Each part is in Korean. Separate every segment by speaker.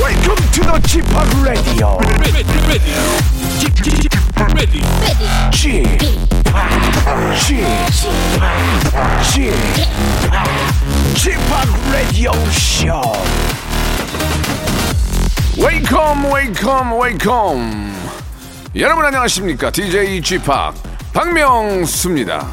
Speaker 1: Welcome to the g p o p Radio.
Speaker 2: ready, ready, ready,
Speaker 1: g p o p g p o p p Radio Show. Welcome, Welcome, Welcome. 여러분 안녕하십니까? DJ g p o p 박명수입니다.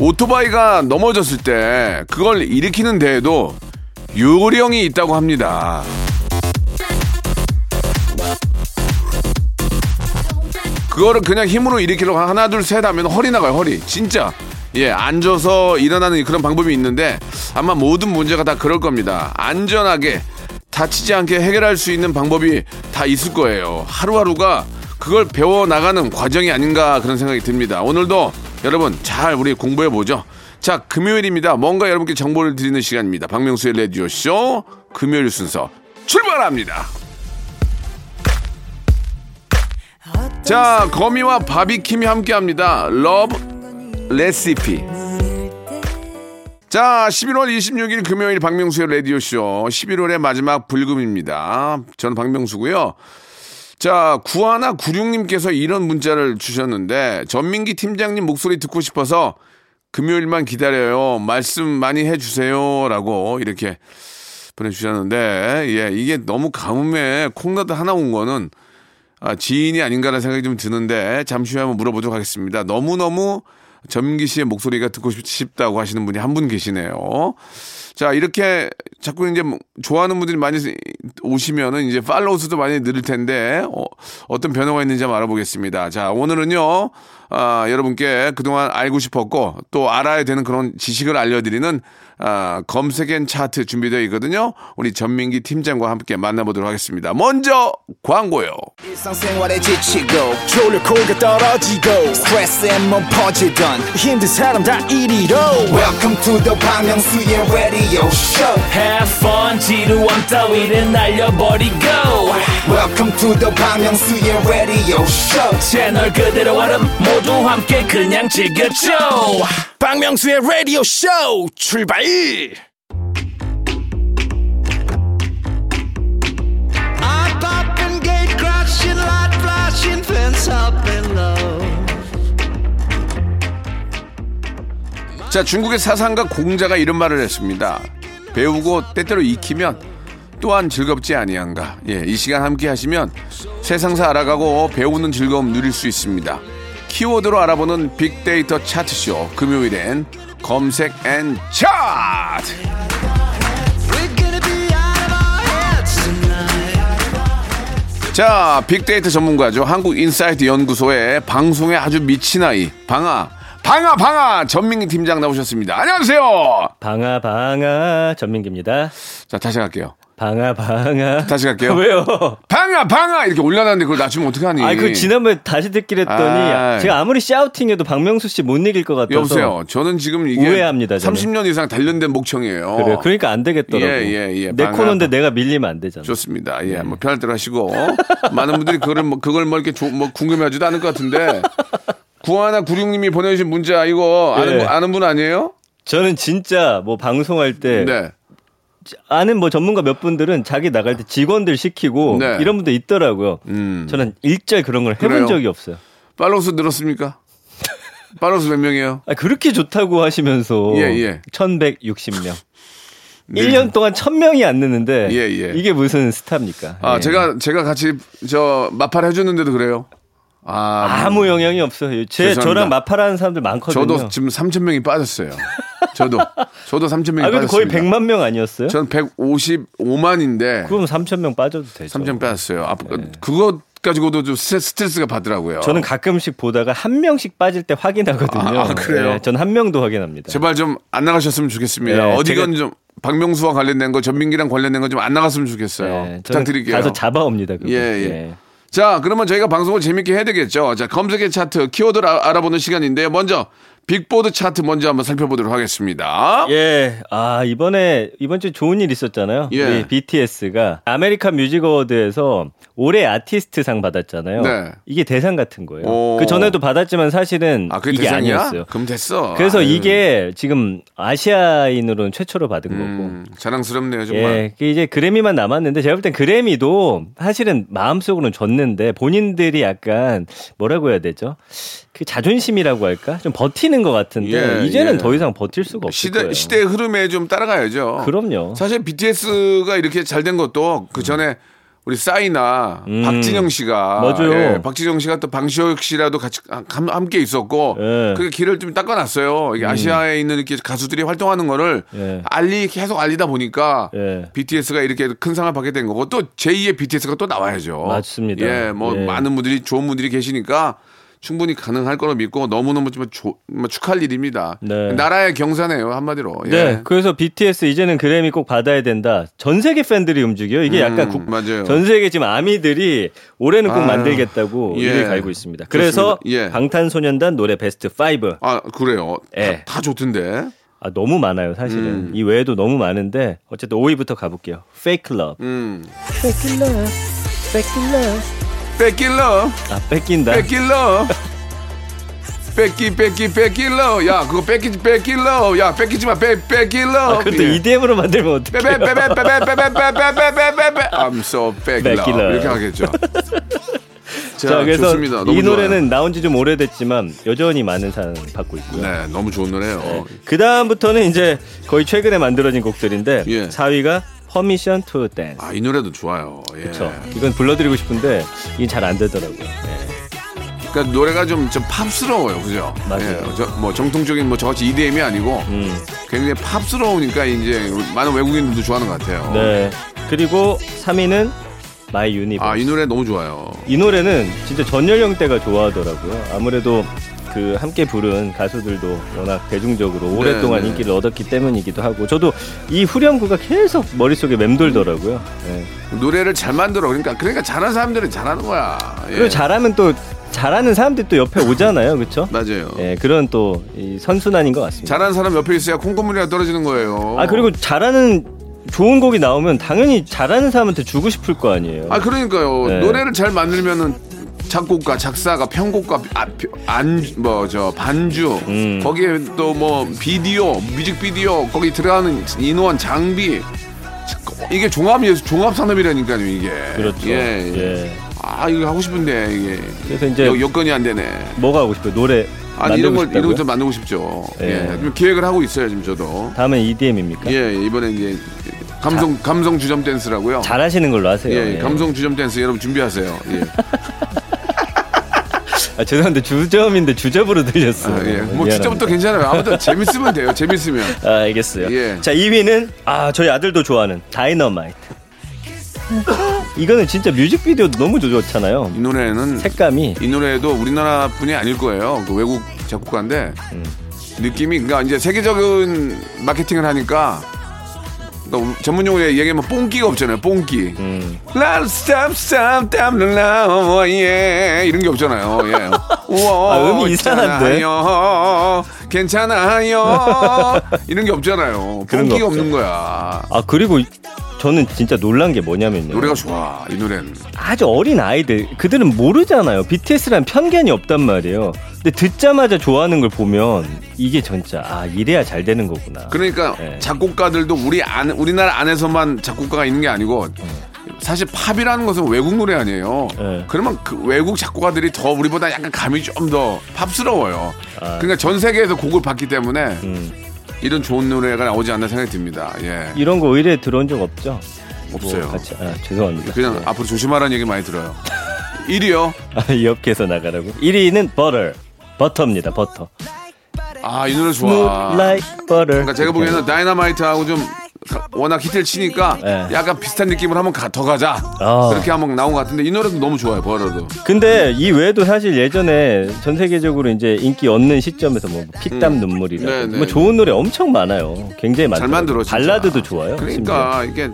Speaker 1: 오토바이가 넘어졌을 때 그걸 일으키는 데에도 요령이 있다고 합니다. 그거를 그냥 힘으로 일으키려고 하나 둘 셋 하면 허리 나가요 허리 진짜 예 앉아서 일어나는 그런 방법이 있는데 아마 모든 문제가 다 그럴 겁니다 안전하게 다치지 않게 해결할 수 있는 방법이 다 있을 거예요 하루하루가 그걸 배워 나가는 과정이 아닌가 그런 생각이 듭니다 오늘도 여러분 잘 우리 공부해 보죠 자 금요일입니다 뭔가 여러분께 정보를 드리는 시간입니다 박명수의 레디오 쇼 금요일 순서 출발합니다. 자, 거미와 바비킴이 함께합니다. 러브 레시피. 자, 11월 26일 금요일 박명수의 라디오 쇼 11월의 마지막 불금입니다. 저는 박명수고요. 자, 구하나 구룡님께서 이런 문자를 주셨는데 전민기 팀장님 목소리 듣고 싶어서 금요일만 기다려요. 말씀 많이 해주세요라고 이렇게 보내주셨는데 예, 이게 너무 가뭄에 콩나도 하나 온 거는 아, 지인이 아닌가라는 생각이 좀 드는데 잠시 후에 한번 물어보도록 하겠습니다. 너무너무 전민기 씨의 목소리가 듣고 싶- 싶다고 하시는 분이 한 분 계시네요. 자, 이렇게 자꾸 이제 뭐 좋아하는 분들이 많이 오시면은 이제 팔로우 수도 많이 늘을 텐데 어, 떤 변화가 있는지 한번 알아보겠습니다. 자, 오늘은요. 아, 여러분께 그동안 알고 싶었고 또 알아야 되는 그런 지식을 알려드리는 아, 검색엔 차트 준비되어 있거든요. 우리 전민기 팀장과 함께 만나보도록 하겠습니다. 먼저 광고요.
Speaker 3: 일상생활에 지치고, 졸려 코가 떨어지고, 스트레스에 몸 퍼지던, 힘든 사람 다 이리로. welcome to the Bang Myung-soo's radio show
Speaker 4: Have fun 지루함 따위를 날려버리고
Speaker 3: welcome to the Bang Myung-soo's radio show
Speaker 4: 채널 그대로 얼음 모두 함께 그냥 즐겨줘
Speaker 3: 박명수의 radio show 출발
Speaker 5: Eye popping, gate crashing, light flashing, fence up below.
Speaker 1: 자, 중국의 사상가 공자가 이런 말을 했습니다. 배우고 때때로 익히면 또한 즐겁지 아니한가. 예, 이 시간 함께 하시면 세상사 알아가고 배우는 즐거움 누릴 수 있습니다. 키워드로 알아보는 빅데이터 차트쇼 금요일엔 검색 앤 차트.
Speaker 5: We're gonna be out of our heads tonight.
Speaker 1: 자, 빅데이터 전문가죠. 한국인사이트 연구소의 방송에 아주 미친 아이 방아 방아 방아 전민기 팀장 나오셨습니다. 안녕하세요.
Speaker 6: 방아 방아 전민기입니다.
Speaker 1: 자, 다시 갈게요.
Speaker 6: 방아 방아
Speaker 1: 다시 갈게요.
Speaker 6: 왜요?
Speaker 1: 방아 방아 이렇게 올려놨는데 그걸 낮추면 어떻게 하니?
Speaker 6: 아니 그 지난번에 다시 듣기로 했더니
Speaker 1: 아이. 예.
Speaker 6: 제가 아무리 샤우팅해도 박명수 씨 못 이길 것 같아서
Speaker 1: 여보세요. 저는 지금 이게
Speaker 6: 우회합니다, 저는.
Speaker 1: 30년 이상 단련된 목청이에요.
Speaker 6: 그래 그러니까 안 되겠더라고.
Speaker 1: 어. 예, 예, 예.
Speaker 6: 내
Speaker 1: 방아,
Speaker 6: 코너인데
Speaker 1: 방아.
Speaker 6: 내가 밀리면 안 되잖아.
Speaker 1: 좋습니다.
Speaker 6: 네.
Speaker 1: 예, 뭐 편할 대로 하시고 많은 분들이 그걸 뭐 그걸 뭐 이렇게 조- 뭐 궁금해하지도 않을 것 같은데 구하나 구룡님이 보내주신 문자 이거 아는
Speaker 6: 예.
Speaker 1: 분- 아는 분 아니에요?
Speaker 6: 저는 진짜 뭐 방송할 때
Speaker 1: 네.
Speaker 6: 아는 뭐 전문가 몇 분들은 자기 나갈 때 직원들 시키고
Speaker 1: 네. 음.
Speaker 6: 이런 분들 있더라고요. 저는 일절 그런 걸 해본
Speaker 1: 그래요?
Speaker 6: 적이 없어요.
Speaker 1: 팔로우스 늘었습니까? 팔로우스 몇 명이에요?
Speaker 6: 아, 그렇게 좋다고 하시면서
Speaker 1: 예, 예.
Speaker 6: 1160명.
Speaker 1: 네.
Speaker 6: 네. 1년 동안 1000명이 안 느는데
Speaker 1: 예, 예.
Speaker 6: 이게 무슨 스타입니까?
Speaker 1: 아
Speaker 6: 예.
Speaker 1: 제가 제가 같이 저 마팔 해줬는데도 그래요. 아
Speaker 6: 아무 영향이 없어요. 제
Speaker 1: 죄송합니다.
Speaker 6: 저랑 마파라는 사람들 많거든요.
Speaker 1: 저도 지금 3천 명이 빠졌어요. 저도 저도 3천 명이
Speaker 6: 아 그래도 거의
Speaker 1: 빠졌습니다.
Speaker 6: 100만 명 아니었어요?
Speaker 1: 전 155만인데
Speaker 6: 그럼 3천 명 빠져도 되죠.
Speaker 1: 3점 빼놨어요. 아, 그것 가지고도 좀 스트레- 스트레스가 받더라고요.
Speaker 6: 네. 저는 가끔씩 보다가 한 명씩 빠질 때 확인하거든요. 예,
Speaker 1: 아, 아, 그래요?
Speaker 6: 전한 명도 확인합니다.
Speaker 1: 제발 좀 안 나가셨으면 좋겠습니다.
Speaker 6: 예,
Speaker 1: 어디건
Speaker 6: 제가-
Speaker 1: 좀 박명수와 관련된 거, 전민기랑 관련된 거 좀 안 나갔으면 좋겠어요.
Speaker 6: 예, 저는
Speaker 1: 부탁드릴게요.
Speaker 6: 가서 네. 잡아옵니다. 그거.
Speaker 1: 예, 예. 자, 그러면 저희가 방송을 재밌게 해야 되겠죠. 자, 검색의 차트, 키워드를 아- 알아보는 시간인데요. 먼저 빅보드 차트 먼저 한번 살펴보도록 하겠습니다.
Speaker 6: 예, 아 이번에 이번 주에 좋은 일 있었잖아요.
Speaker 1: 예.
Speaker 6: 우리 BTS가 아메리칸 뮤직 어워드에서 올해 아티스트상 받았잖아요.
Speaker 1: 네.
Speaker 6: 이게 대상 같은 거예요.
Speaker 1: 오.
Speaker 6: 그 전에도 받았지만 사실은
Speaker 1: 아, 그게
Speaker 6: 이게
Speaker 1: 대상이야?
Speaker 6: 아니었어요.
Speaker 1: 그럼 됐어.
Speaker 6: 그래서
Speaker 1: 아유,
Speaker 6: 이게 지금 아시아인으로는 최초로 받은 거고.
Speaker 1: 음, 자랑스럽네요, 정말.
Speaker 6: 예, 그게 이제 그래미만 남았는데 제가 볼 땐 그래미도 사실은 마음속으로는 졌는데 본인들이 약간 뭐라고 해야 되죠? 그 자존심이라고 할까? 좀 버티는 것 같은데
Speaker 1: 예,
Speaker 6: 이제는
Speaker 1: 예.
Speaker 6: 더 이상 버틸 수가 없을
Speaker 1: 시대
Speaker 6: 거예요.
Speaker 1: 시대의 흐름에 좀
Speaker 6: 아,
Speaker 1: 따라가야죠.
Speaker 6: 그 그럼요.
Speaker 1: 사실 BTS가 이렇게 잘 된 것도 그 전에 우리 싸이나 박진영 씨가
Speaker 6: 음.
Speaker 1: 예,
Speaker 6: 맞아요.
Speaker 1: 박진영 씨가 또 방시혁 씨라도 같이 아, 감- 함께 있었고
Speaker 6: 예. 음.
Speaker 1: 그 길을 좀 닦아놨어요. 이게 아시아에 있는 이렇게 가수들이 활동하는 거를
Speaker 6: 예.
Speaker 1: 알리 계속 알리다 보니까
Speaker 6: 예.
Speaker 1: BTS가 이렇게 큰 상을 받게 된 거고 또 제2의 BTS가 또 나와야죠.
Speaker 6: 맞습니다.
Speaker 1: 예, 뭐
Speaker 6: 예.
Speaker 1: 많은 분들이 좋은 분들이 계시니까 충분히 가능할 거로 믿고 너무너무 좀 조- 뭐 축할 일입니다.
Speaker 6: 네.
Speaker 1: 나라의 경사네요 한마디로. 예.
Speaker 6: 네, 그래서 BTS 이제는 그래미 꼭 받아야 된다. 전 세계 팬들이 움직여. 이게
Speaker 1: 음,
Speaker 6: 약간 국,
Speaker 1: 맞아요.
Speaker 6: 전 세계 지금 아미들이 올해는 꼭
Speaker 1: 아유,
Speaker 6: 만들겠다고
Speaker 1: 예.
Speaker 6: 일을 갈고 있습니다. 그래서
Speaker 1: 좋습니다. 예.
Speaker 6: 방탄소년단 노래 베스트 5.
Speaker 1: 아 그래요.
Speaker 6: 예.
Speaker 1: 다, 다 좋던데.
Speaker 6: 아, 너무 많아요, 사실은.
Speaker 1: 음.
Speaker 6: 이 외에도 너무 많은데 어쨌든 5위부터 가볼게요. Fake Love.
Speaker 1: 음. 뺏길러,
Speaker 6: 아, 뺏긴다.
Speaker 1: 뺏길러, 뺏기, 뺏기, 뺏길러. 야, 그거 뺏기지, 뺏길러. 야, 뺏기지 마, 뺏, 뺏길러.
Speaker 6: 아, 그것도
Speaker 1: 예.
Speaker 6: EDM으로 만들면 어떡해.
Speaker 1: 빼빼빼빼빼빼빼빼빼빼빼빼빼빼 I'm so back
Speaker 6: Back
Speaker 1: love.
Speaker 6: love.
Speaker 1: 이렇게 하겠죠. 자,
Speaker 6: 자, 그래서
Speaker 1: 좋습니다. 너무
Speaker 6: 이
Speaker 1: 좋아요.
Speaker 6: 노래는 나온 지 좀 오래됐지만 여전히 많은 사랑 받고 있고요.
Speaker 1: 네, 너무 좋은 노래예요.
Speaker 6: 그 다음부터는 이제 거의 최근에 만들어진 곡들인데
Speaker 1: 예.
Speaker 6: 4위가 Permission to Dance.
Speaker 1: 아, 이 노래도 좋아요. 예.
Speaker 6: 그렇죠. 이건 불러드리고 싶은데 이게 잘 안 되더라고요.
Speaker 1: 그러니까 노래가 좀, 좀 팝스러워요. 그죠?
Speaker 6: 맞아요. 음.
Speaker 1: 예, 저, 뭐 정통적인 뭐 저같이 EDM이 아니고 굉장히 팝스러우니까 이제 많은 외국인들도 좋아하는 것 같아요.
Speaker 6: 네. 그리고 3위는 My Universe.
Speaker 1: 아, 이 노래 너무 좋아요.
Speaker 6: 이 노래는 진짜 전 연령대가 좋아하더라고요. 아무래도 그 함께 부른 가수들도 워낙 대중적으로 오랫동안
Speaker 1: 네.
Speaker 6: 인기를 얻었기 때문이기도 하고 저도 이 후렴구가 계속 머릿속에 맴돌더라고요. 네.
Speaker 1: 노래를 잘 만들어. 그러니까 그러니까 잘하는 사람들은 잘하는 거야. 예.
Speaker 6: 그리고 잘하면 또 잘하는 사람들이 또 옆에 오잖아요. 그렇죠?
Speaker 1: 맞아요.
Speaker 6: 예, 그런 또 이 선순환인 것 같습니다.
Speaker 1: 잘하는 사람 옆에 있어야 콩고물이라 떨어지는 거예요.
Speaker 6: 아 그리고 잘하는 좋은 곡이 나오면 당연히 잘하는 사람한테 주고 싶을 거 아니에요.
Speaker 1: 아 그러니까요
Speaker 6: 네.
Speaker 1: 노래를 잘 만들면은 작곡가 작사가 편곡가 아, 안뭐저 반주
Speaker 6: 음.
Speaker 1: 거기에 또 뭐 비디오 뮤직비디오 거기 들어가는 인원 장비 이게 종합 예술 종합 산업이라니까요 이게
Speaker 6: 그렇죠.
Speaker 1: 예.
Speaker 6: 예.
Speaker 1: 아 이거 하고 싶은데 이게
Speaker 6: 그래서 이제-
Speaker 1: 여- 여건이 안 되네
Speaker 6: 뭐가 하고 싶어요? 노래
Speaker 1: 아니
Speaker 6: 만들고
Speaker 1: 이런 걸
Speaker 6: 싶다고요?
Speaker 1: 이런 걸좀 만들고 싶죠
Speaker 6: 예.
Speaker 1: 예. 좀 기획을 하고 있어요 지금 저도
Speaker 6: 다음엔 E EDM입니까?
Speaker 1: 예 이번에 이제 감성 감성 주점 댄스라고요
Speaker 6: 잘하시는 걸로 하세요.
Speaker 1: 예,
Speaker 6: 예.
Speaker 1: 감성 주점 댄스 여러분 준비하세요 예.
Speaker 6: 아, 죄송한데 주점인데 주접으로 들렸어요.
Speaker 1: 아, 예. 뭐
Speaker 6: 네. 미안합니다.
Speaker 1: 진짜부터 괜찮아요. 아무튼 재밌으면 돼요. 재밌으면.
Speaker 6: 아, 알겠어요.
Speaker 1: 예.
Speaker 6: 자, 2위는 아, 저희 아들도 좋아하는 다이너마이트. 이거는 진짜 뮤직비디오 너무 좋잖아요.
Speaker 1: 이 노래는
Speaker 6: 색감이
Speaker 1: 이 노래도 우리나라 분이 아닐 거예요. 그 외국 작곡가인데
Speaker 6: 음.
Speaker 1: 느낌이 그러니까 이제 세계적인 마케팅을 하니까 그러니까 우- 전문 용어로 얘기하면 뽕기가 없잖아요. 뽕기.
Speaker 6: 음.
Speaker 1: 라 스탑 스탑 땀라 예 이런 게 없잖아요. 예. 우와,
Speaker 6: 아, 음이 이상한데?
Speaker 1: 괜찮아요. 괜찮아요. 이런 게 없잖아요.
Speaker 6: 그런 거
Speaker 1: 뽕기가
Speaker 6: 없죠.
Speaker 1: 없는 거야.
Speaker 6: 아, 그리고 저는 진짜 놀란 게 뭐냐면요.
Speaker 1: 노래가 좋아. 이 노래는.
Speaker 6: 아주 어린 아이들 그들은 모르잖아요. BTS란 편견이 없단 말이에요. 근데 듣자마자 좋아하는 걸 보면 이게 진짜 아 이래야 잘 되는 거구나.
Speaker 1: 그러니까
Speaker 6: 예.
Speaker 1: 작곡가들도 우리 안 우리나라 안에서만 작곡가가 있는 게 아니고 사실 팝이라는 것은 외국 노래 아니에요.
Speaker 6: 예.
Speaker 1: 그러면 그 외국 작곡가들이 더 우리보다 약간 감이 좀 더 팝스러워요.
Speaker 6: 아.
Speaker 1: 그러니까 전 세계에서 곡을 봤기 때문에
Speaker 6: 음.
Speaker 1: 이런 좋은 노래가 나오지 않나 생각이 듭니다. 예,
Speaker 6: 이런 거 의뢰 들어온 적 없죠?
Speaker 1: 없어요.
Speaker 6: 같이 아 죄송합니다.
Speaker 1: 그냥 앞으로 조심하라는 얘기 많이 들어요. 1위요.
Speaker 6: 아, 옆에서 나가라고. 1위는 버터. 버터입니다. 버터.
Speaker 1: 아, 이 노래 좋아.
Speaker 6: Move like butter.
Speaker 1: 그러니까 제가 보기에는 다이너마이트하고 좀 가- 워낙 히트를 치니까
Speaker 6: 예.
Speaker 1: 약간 비슷한 느낌을 한번 가- 더 가자
Speaker 6: 아.
Speaker 1: 그렇게 한번 나온 것 같은데 이 노래도 너무 좋아요 버러도
Speaker 6: 근데 이 외에도 사실 예전에 전 세계적으로 이제 인기 얻는 시점에서 뭐 피땀 눈물이라
Speaker 1: 네, 네,
Speaker 6: 뭐 좋은 노래 엄청 많아요. 굉장히 많아요.
Speaker 1: 잘 만들어 진짜.
Speaker 6: 발라드도 좋아요. 네.
Speaker 1: 그러니까 이게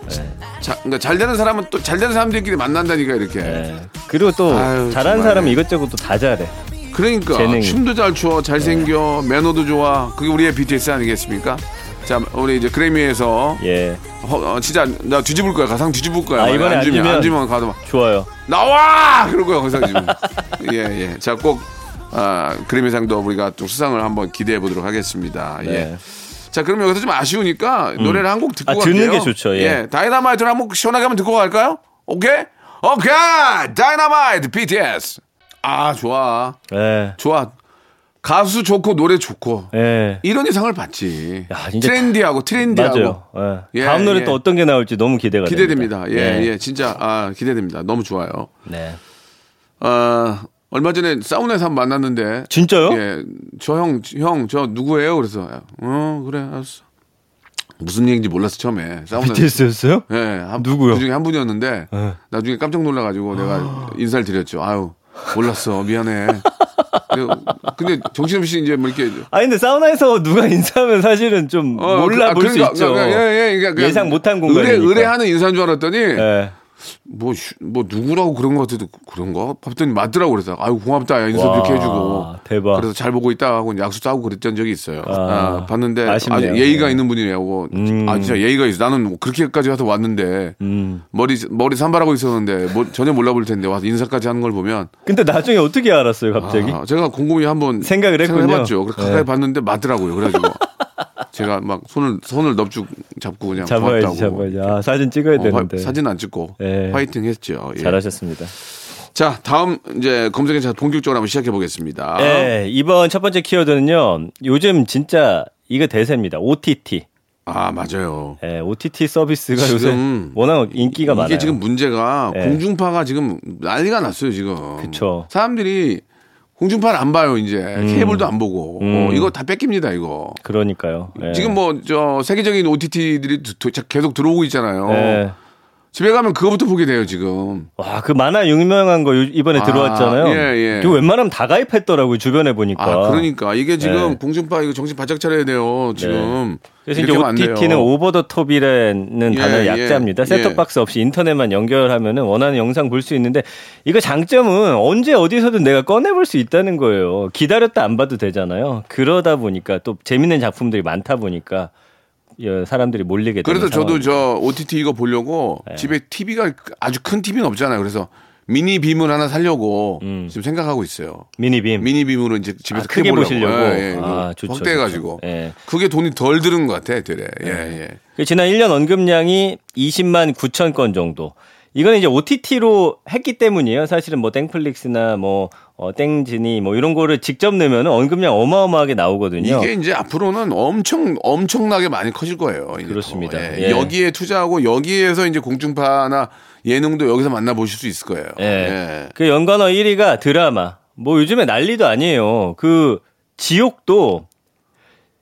Speaker 1: 자, 그러니까 잘 되는 사람은 또 잘 되는 사람들끼리 만난다니까 이렇게
Speaker 6: 예. 그리고 또
Speaker 1: 아유,
Speaker 6: 잘하는
Speaker 1: 정말.
Speaker 6: 사람은 이것저것 또 다 잘해.
Speaker 1: 그러니까
Speaker 6: 재능이. 네.
Speaker 1: 춤도 잘 추어, 잘 생겨, 매너도 좋아. 그게 우리의 BTS 아니겠습니까? 자, 우리 이제 그래미에서
Speaker 6: 예.
Speaker 1: 허- 어, 진짜 나 뒤집을 거야. 가상 뒤집을 거야.
Speaker 6: 아, 이번에
Speaker 1: 안
Speaker 6: 안
Speaker 1: 주면
Speaker 6: 주면-
Speaker 1: 안 주면 가도 막
Speaker 6: 좋아요.
Speaker 1: 나와! 그럴 거야, 가상 주면. 예, 예. 자, 꼭 아, 그래미상도 우리가 또 수상을 한번 기대해 보도록 하겠습니다. 예.
Speaker 6: 네.
Speaker 1: 자, 그럼 여기서 좀 아쉬우니까 노래를 한 곡 듣고
Speaker 6: 아,
Speaker 1: 갈게요.
Speaker 6: 듣는 게 좋죠, 예.
Speaker 1: 다이나마이트를 한번 시원하게 한번 듣고 갈까요? 오케이? 오케이! 다이나마이트 BTS. 아, 좋아.
Speaker 6: 예.
Speaker 1: 좋아. 가수 좋고 노래 좋고.
Speaker 6: 예.
Speaker 1: 이런 이상을 받지.
Speaker 6: 야, 진짜
Speaker 1: 트렌디하고 트렌디하고.
Speaker 6: 맞아요. 예.
Speaker 1: 예,
Speaker 6: 다음 노래
Speaker 1: 예.
Speaker 6: 또 어떤 게 나올지 너무 기대가
Speaker 1: 기대됩니다. 예,
Speaker 6: 예.
Speaker 1: 예. 진짜 아, 기대됩니다. 너무 좋아요.
Speaker 6: 네.
Speaker 1: 아, 얼마 전에 사우나에서 한번 만났는데.
Speaker 6: 진짜요?
Speaker 1: 예. 저 형, 형, 저 누구예요? 그래서, 어, 그래, 알았어. 무슨 얘기인지 몰랐어, 처음에. 사우나
Speaker 6: BTS였어요?
Speaker 1: 예. 한,
Speaker 6: 누구요? 예.
Speaker 1: 그 중에 한 분이었는데, 나중에 깜짝 놀라가지고 내가 인사를 드렸죠. 아유, 몰랐어. 미안해. 근데, 근데 정신없이 이제 뭐 이렇게.
Speaker 6: 아니 근데 사우나에서 누가 인사하면 사실은 좀
Speaker 1: 어,
Speaker 6: 몰라
Speaker 1: 아,
Speaker 6: 볼 수
Speaker 1: 그러니까,
Speaker 6: 있죠.
Speaker 1: 그러니까, 예, 예, 그러니까 그냥
Speaker 6: 예상 못한
Speaker 1: 의뢰,
Speaker 6: 공간이니까.
Speaker 1: 의뢰하는 인사인 줄 알았더니,
Speaker 6: 예.
Speaker 1: 뭐, 휴- 뭐 누구라고 그런 것 같아도 그런가? 봤더니 맞더라고 그래서 아유 고맙다 야 인사 도
Speaker 6: 와,
Speaker 1: 이렇게 해주고
Speaker 6: 대박.
Speaker 1: 그래서 잘 보고 있다 하고 약속 짜고 그랬던 적이 있어요. 아,
Speaker 6: 아,
Speaker 1: 봤는데
Speaker 6: 아쉽네요. 음.
Speaker 1: 아주 예의가 있는 분이라고 아 진짜 예의가 있어. 나는 뭐 그렇게까지 와서 왔는데 머리 머리 산발하고 있었는데 뭐, 전혀 몰라볼 텐데 와서 인사까지 하는 걸 보면
Speaker 6: 근데 나중에 어떻게 알았어요, 갑자기?
Speaker 1: 아, 제가 곰곰이 한번
Speaker 6: 생각을 했군요.
Speaker 1: 해봤죠. 그래서 가까이
Speaker 6: 네.
Speaker 1: 봤는데 맞더라고요. 그래가지고 뭐 제가 막 손을 손을 넙죽 잡고 그냥
Speaker 6: 잡아야지,
Speaker 1: 고맙다고.
Speaker 6: 잡아야지. 아, 사진 찍어야
Speaker 1: 어, 화-
Speaker 6: 되는데.
Speaker 1: 사진 안 찍고
Speaker 6: 예.
Speaker 1: 화이팅 했죠. 예.
Speaker 6: 잘하셨습니다.
Speaker 1: 자, 다음 이제 검색의 자 본격적으로 한번 시작해 보겠습니다.
Speaker 6: 네, 이번 첫 번째 키워드는요. 요즘 진짜 이거 대세입니다. OTT.
Speaker 1: 아, 맞아요.
Speaker 6: 예, OTT 서비스가 요새
Speaker 1: 지금
Speaker 6: 워낙 인기가
Speaker 1: 이게
Speaker 6: 많아요.
Speaker 1: 지금 문제가
Speaker 6: 예.
Speaker 1: 공중파가 지금 난리가 났어요, 지금.
Speaker 6: 그쵸. 음.
Speaker 1: 사람들이 공중파를 안 봐요, 이제. 케이블도 안 보고. 어, 이거 다 뺏깁니다, 이거.
Speaker 6: 그러니까요. 음. 예.
Speaker 1: 지금 뭐 저 세계적인 OTT들이 계속 들어오고 있잖아요.
Speaker 6: 예.
Speaker 1: 집에 가면 그거부터 보게 돼요, 지금.
Speaker 6: 와, 그 만화 유명한 거 요- 이번에
Speaker 1: 아,
Speaker 6: 들어왔잖아요.
Speaker 1: 예, 예.
Speaker 6: 그 웬만하면 다 가입했더라고요, 주변에 보니까.
Speaker 1: 아, 그러니까 이게 지금
Speaker 6: 예.
Speaker 1: 공중파 이거 정신 바짝 차려야 돼요, 지금.
Speaker 6: 그래서
Speaker 1: 이렇게
Speaker 6: 이제
Speaker 1: 하면 안 돼요.
Speaker 6: OTT는 오버 더 톱이라는
Speaker 1: 예,
Speaker 6: 단어의
Speaker 1: 예,
Speaker 6: 약자입니다.
Speaker 1: 예.
Speaker 6: 셋톱박스 없이 인터넷만 연결하면 원하는 영상 볼 수 있는데 이거 장점은 언제 어디서든 내가 꺼내볼 수 있다는 거예요. 기다렸다 안 봐도 되잖아요. 그러다 보니까 또 재밌는 작품들이 많다 보니까 예, 사람들이 몰리게 되는
Speaker 1: 그래서 저도
Speaker 6: 상황.
Speaker 1: 저 OTT 이거 보려고
Speaker 6: 네.
Speaker 1: 집에 TV가 아주 큰 TV는 없잖아요. 그래서 미니 빔을 하나 살려고 지금 생각하고 있어요.
Speaker 6: 미니빔.
Speaker 1: 미니 빔으로 이제 집에서
Speaker 6: 음. 아, 크게
Speaker 1: 보려고.
Speaker 6: 보시려고?
Speaker 1: 예, 예.
Speaker 6: 아, 좋죠,
Speaker 1: 확대해가지고.
Speaker 6: 좋죠. 예.
Speaker 1: 그게 돈이 덜 드는 것 같아, 되레. 예, 예.
Speaker 6: 그 지난 1년 언급량이 20만 9천 건 정도. 이거는 이제 OTT로 했기 때문이에요. 사실은 뭐 땡플릭스나 뭐 어, 땡지니 뭐 이런 거를 직접 넣으면 언급량 어마어마하게 나오거든요.
Speaker 1: 이게 이제 앞으로는 엄청 엄청나게 많이 커질 거예요. 이제
Speaker 6: 그렇습니다.
Speaker 1: 더.
Speaker 6: 예.
Speaker 1: 여기에 투자하고 여기에서 이제 공중파나 예능도 여기서 만나 보실 수 있을 거예요.
Speaker 6: 예. 그 연관어 1위가 드라마. 뭐 요즘에 난리도 아니에요. 그 지옥도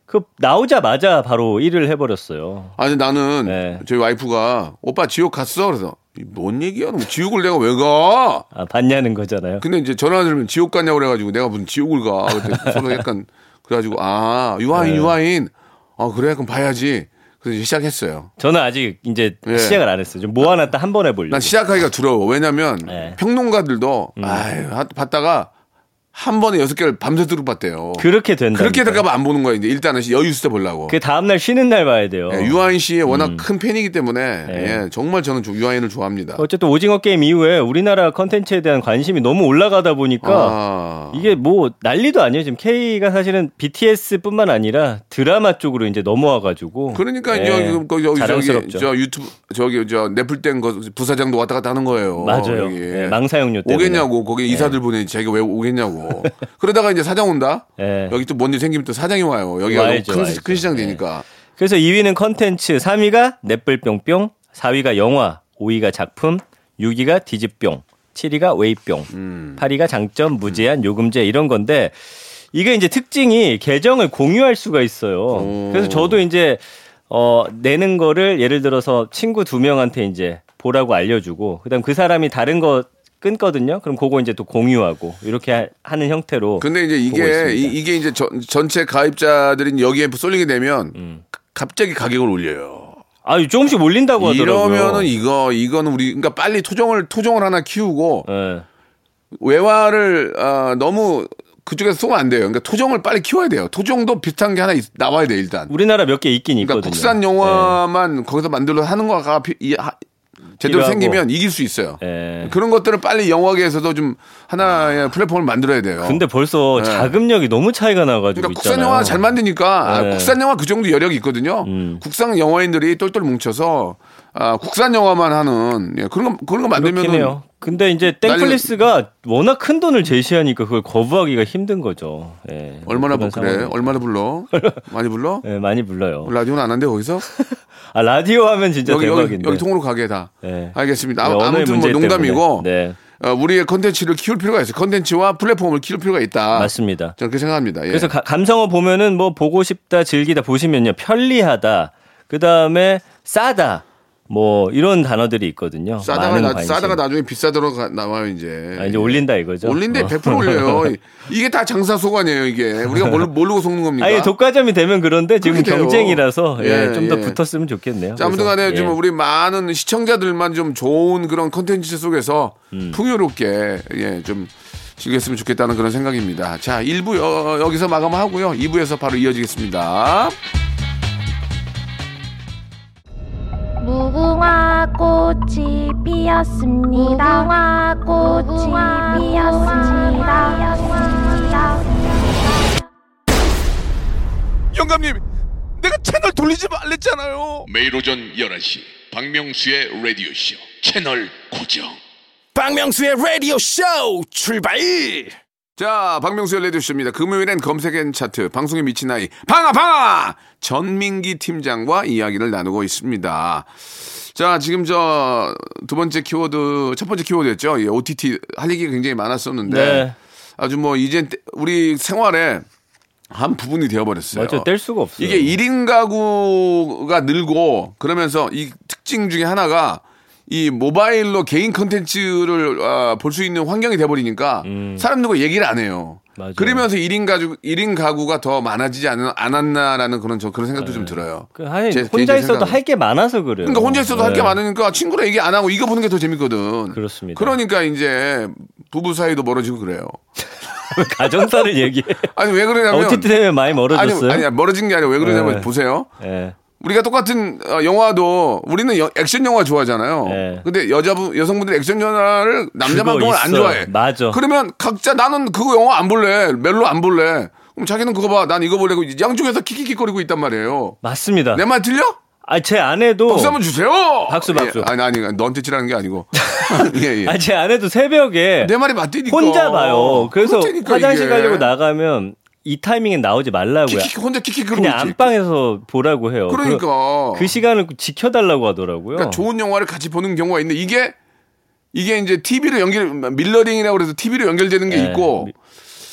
Speaker 6: 그 나오자마자 바로 1위를 해버렸어요.
Speaker 1: 아니 나는
Speaker 6: 네.
Speaker 1: 저희 와이프가 오빠 지옥 갔어 그래서 이뭔 얘기야? 너 지옥을 내가 왜 가?
Speaker 6: 아, 봤냐는 거잖아요.
Speaker 1: 근데 이제 전화 들으면 지옥 갔냐고 그래가지고 내가 무슨 지옥을 가? 그때 서로 약간 그래가지고 아
Speaker 6: 네.
Speaker 1: 유아인 유아인 아 그래 그럼 봐야지 그래서 이제 시작했어요.
Speaker 6: 저는 아직 이제
Speaker 1: 예.
Speaker 6: 시작을 안 했어요. 좀 모아놨다 한 번 해보려고.
Speaker 1: 난 시작하기가 두려워. 왜냐면
Speaker 6: 네. 음.
Speaker 1: 평론가들도 아유 하- 봤다가 한 번에 여섯 개를 밤새도록 봤대요.
Speaker 6: 그렇게 된다.
Speaker 1: 그렇게 될까봐 안 보는 거야 이제 일단은 여유 있을 때 보려고.
Speaker 6: 그 음. 다음날 쉬는 날 봐야 돼요.
Speaker 1: 예, 뭐. 유아인 씨의 워낙 큰 팬이기 때문에
Speaker 6: 네.
Speaker 1: 예, 정말 저는 조- 유아인을 좋아합니다.
Speaker 6: 어쨌든 오징어 게임 이후에 우리나라 컨텐츠에 대한 관심이 너무 올라가다 보니까
Speaker 1: 아.
Speaker 6: 이게 뭐 난리도 아니에요. 지금 K가 사실은 BTS뿐만 아니라 드라마 쪽으로 이제 넘어와 가지고
Speaker 1: 그러니까
Speaker 6: 예,
Speaker 1: 여기 거기 여기 저기
Speaker 6: 자랑스럽죠.
Speaker 1: 저 유튜브 저기 저 네플땡 거 부사장도 왔다 갔다 하는 거예요.
Speaker 6: 맞아요.
Speaker 1: 어, 여기.
Speaker 6: 예, 망사용료 때문에. 네.
Speaker 1: 오겠냐고 거기 이사들 보내 자기가 왜 오겠냐고 그러다가 이제 사장 온다
Speaker 6: 예.
Speaker 1: 여기 또 뭔 일 생기면 또 사장이 와요 여기가 너무
Speaker 6: 와야죠,
Speaker 1: 큰,
Speaker 6: 와야죠.
Speaker 1: 큰 시장
Speaker 6: 예.
Speaker 1: 되니까
Speaker 6: 그래서 2위는 컨텐츠, 3위가 넷플뿅뿅, 4위가 영화, 5위가 작품, 6위가 디지뿅, 7위가 웨이뿅,
Speaker 1: 음.
Speaker 6: 8위가 장점, 무제한, 요금제 이런 건데 이게 이제 특징이 계정을 공유할 수가 있어요. 그래서 저도 이제 어 내는 거를 예를 들어서 친구 두 명한테 이제 보라고 알려주고 그다음 그 사람이 다른 거 끊거든요. 그럼 그거 이제 또 공유하고 이렇게 하- 하는 형태로.
Speaker 1: 근데 이제
Speaker 6: 보고
Speaker 1: 이게
Speaker 6: 있습니다.
Speaker 1: 이, 게 이제 전 전체 가입자들이 여기에 쏠리게 되면
Speaker 6: 음.
Speaker 1: 가- 갑자기 가격을 올려요.
Speaker 6: 아 조금씩 몰린다고 하더라고요.
Speaker 1: 이러면은 이거 이거는 우리 그러니까 빨리 토종을 토종을 하나 키우고
Speaker 6: 예.
Speaker 1: 외화를 아, 너무 그쪽에서 쏘면 안 돼요. 그러니까 토종을 빨리 키워야 돼요. 토종도 비슷한 게 하나 있- 나와야 돼 일단.
Speaker 6: 우리나라 몇 개 있긴
Speaker 1: 그러니까
Speaker 6: 있거든요. 네.
Speaker 1: 국산 영화만 거기서 만들어 하는 거가 피- 이- 하- 제대로
Speaker 6: 필요하고.
Speaker 1: 생기면 이길 수 있어요.
Speaker 6: 예.
Speaker 1: 그런 것들을 빨리 영화계에서도 좀 하나의 플랫폼을 만들어야 돼요.
Speaker 6: 근데 벌써
Speaker 1: 예.
Speaker 6: 자금력이 너무 차이가 나가지고
Speaker 1: 그러니까 국산
Speaker 6: 있잖아요.
Speaker 1: 영화 잘 만드니까 아,
Speaker 6: 네.
Speaker 1: 국산 영화 그 정도 여력이 있거든요.
Speaker 6: 음.
Speaker 1: 국산 영화인들이 똘똘 뭉쳐서 아, 국산 영화만 하는 예, 그런 거 그런 거
Speaker 6: 그렇긴
Speaker 1: 만들면
Speaker 6: 해요. 근데 이제 땡플리스가 워낙 큰 돈을 제시하니까 그걸 거부하기가 힘든 거죠. 예.
Speaker 1: 얼마나
Speaker 6: 그런
Speaker 1: 부- 그래?
Speaker 6: 상황이니까.
Speaker 1: 얼마나 불러? 많이 불러?
Speaker 6: 예, 많이 불러요.
Speaker 1: 라디오는 안 한대 거기서
Speaker 6: 아 라디오 하면 진짜
Speaker 1: 여기 여기,
Speaker 6: 대박인데.
Speaker 1: 여기 통으로 가게 다.
Speaker 6: 네.
Speaker 1: 알겠습니다.
Speaker 6: 네,
Speaker 1: 아,
Speaker 6: 언어의
Speaker 1: 아무튼 뭐
Speaker 6: 문제 때문에.
Speaker 1: 농담이고
Speaker 6: 네,
Speaker 1: 어, 우리의 컨텐츠를 키울 필요가 있어요. 컨텐츠와 플랫폼을 키울 필요가 있다.
Speaker 6: 맞습니다.
Speaker 1: 저는 그렇게 생각합니다. 아. 예.
Speaker 6: 그래서 가- 감성어 보면은 뭐 보고 싶다, 즐기다 보시면요 편리하다, 그 다음에 싸다, 뭐 이런 단어들이 있거든요.
Speaker 1: 싸다가
Speaker 6: 많은
Speaker 1: 나,
Speaker 6: 관심.
Speaker 1: 싸다가 나중에 비싸도록 가- 나와요 이제.
Speaker 6: 아, 이제 올린다 이거죠.
Speaker 1: 올린데
Speaker 6: 어.
Speaker 1: 100% 올려요. 이게 다 장사 소관이에요, 이게. 우리가 모르, 모르고 속는 겁니까?
Speaker 6: 아니 독과점이 되면 그런데 지금
Speaker 1: 그렇게 돼요.
Speaker 6: 경쟁이라서
Speaker 1: 예,
Speaker 6: 좀 더
Speaker 1: 예.
Speaker 6: 붙었으면 좋겠네요.
Speaker 1: 자, 아무튼 간에
Speaker 6: 그래서,
Speaker 1: 좀
Speaker 6: 예.
Speaker 1: 우리 많은 시청자들만 좀 좋은 그런 컨텐츠 속에서
Speaker 6: 음.
Speaker 1: 풍요롭게 예, 좀 즐겼으면 좋겠다는 그런 생각입니다. 자, 1부 어, 여, 여기서 마감하고요. 2부에서 바로 이어지겠습니다.
Speaker 7: 무궁화 꽃이 피었습니다. 무궁화 꽃이 피었습니다.
Speaker 2: 영감님 내가 채널 돌리지 말랬잖아요
Speaker 8: 매일 오전 11시 박명수의 라디오쇼 채널 고정
Speaker 3: 박명수의 라디오 쇼 출발
Speaker 1: 자, 박명수의 레디오쇼입니다. 금요일엔 검색엔 차트, 방송에 미친 아이, 방아, 방아! 전민기 팀장과 이야기를 나누고 있습니다. 자, 지금 저 두 번째 키워드, 첫 번째 키워드였죠. 예, OTT 할 얘기가 굉장히 많았었는데
Speaker 6: 네.
Speaker 1: 아주 뭐 이제 우리 생활에 한 부분이 되어버렸어요.
Speaker 6: 맞아요. 뗄 수가 없어요.
Speaker 1: 이게 1인 가구가 늘고 그러면서 이 특징 중에 하나가 이 모바일로 개인 컨텐츠를 아, 볼 수 있는 환경이 돼버리니까 사람들과 얘기를 안 해요.
Speaker 6: 음. 맞아요.
Speaker 1: 그러면서 1인 가구 1인 가구가 더 많아지지 않, 않았나라는 그런 저 그런 생각도 좀 들어요.
Speaker 6: 그, 아니,
Speaker 1: 제
Speaker 6: 혼자
Speaker 1: 개인적인
Speaker 6: 있어도
Speaker 1: 생각은.
Speaker 6: 할 게 많아서 그래요.
Speaker 1: 그러니까 혼자 있어도 할 게
Speaker 6: 예.
Speaker 1: 많으니까 친구랑 얘기 안 하고 이거 보는 게 더 재밌거든.
Speaker 6: 그렇습니다.
Speaker 1: 그러니까 이제 부부 사이도 멀어지고 그래요.
Speaker 6: 가정사를 아, 얘기해.
Speaker 1: 아니 왜 그러냐면
Speaker 6: OTT 때문에 많이
Speaker 1: 아니
Speaker 6: 멀어졌어요.
Speaker 1: 아니 멀어진 게 아니라 왜 그러냐면
Speaker 6: 네.
Speaker 1: 보세요.
Speaker 6: 예.
Speaker 1: 우리가 똑같은 어, 영화도 우리는 여- 액션 영화 좋아하잖아요.
Speaker 6: 네.
Speaker 1: 근데 여자분 여성분들이 액션 영화를
Speaker 6: 그거
Speaker 1: 남자만큼은 안
Speaker 6: 있어.
Speaker 1: 좋아해.
Speaker 6: 맞아.
Speaker 1: 그러면 각자 나는 그거 영화 안 볼래. 멜로 안 볼래. 그럼 자기는 그거 봐. 난 이거 볼래. 고 양쪽에서 킥킥킥거리고 있단 말이에요.
Speaker 6: 맞습니다.
Speaker 1: 내 말 들려?
Speaker 6: 아, 제 아내도
Speaker 1: 박수 한번 주세요.
Speaker 6: 박수, 박수.
Speaker 1: 예, 아니 아니 너한테 치라는 게 아니고. 예 예.
Speaker 6: 아, 제 아내도 새벽에
Speaker 1: 내 말이 맞다니까.
Speaker 6: 혼자 봐요. 그래서
Speaker 1: 그렇다니까,
Speaker 6: 화장실
Speaker 1: 이게.
Speaker 6: 가려고 나가면 이 타이밍에 나오지 말라고요.
Speaker 1: 킥킥 혼자 킥킥거리고
Speaker 6: 그냥
Speaker 1: 있지.
Speaker 6: 안방에서 보라고 해요.
Speaker 1: 그러니까.
Speaker 6: 그, 그 시간을 지켜달라고 하더라고요.
Speaker 1: 그러니까 좋은 영화를 같이 보는 경우가 있는데 이게 이게 이제 TV로 연결 밀러링이라고 그래서 TV로 연결되는 게
Speaker 6: 예,
Speaker 1: 있고
Speaker 6: 미-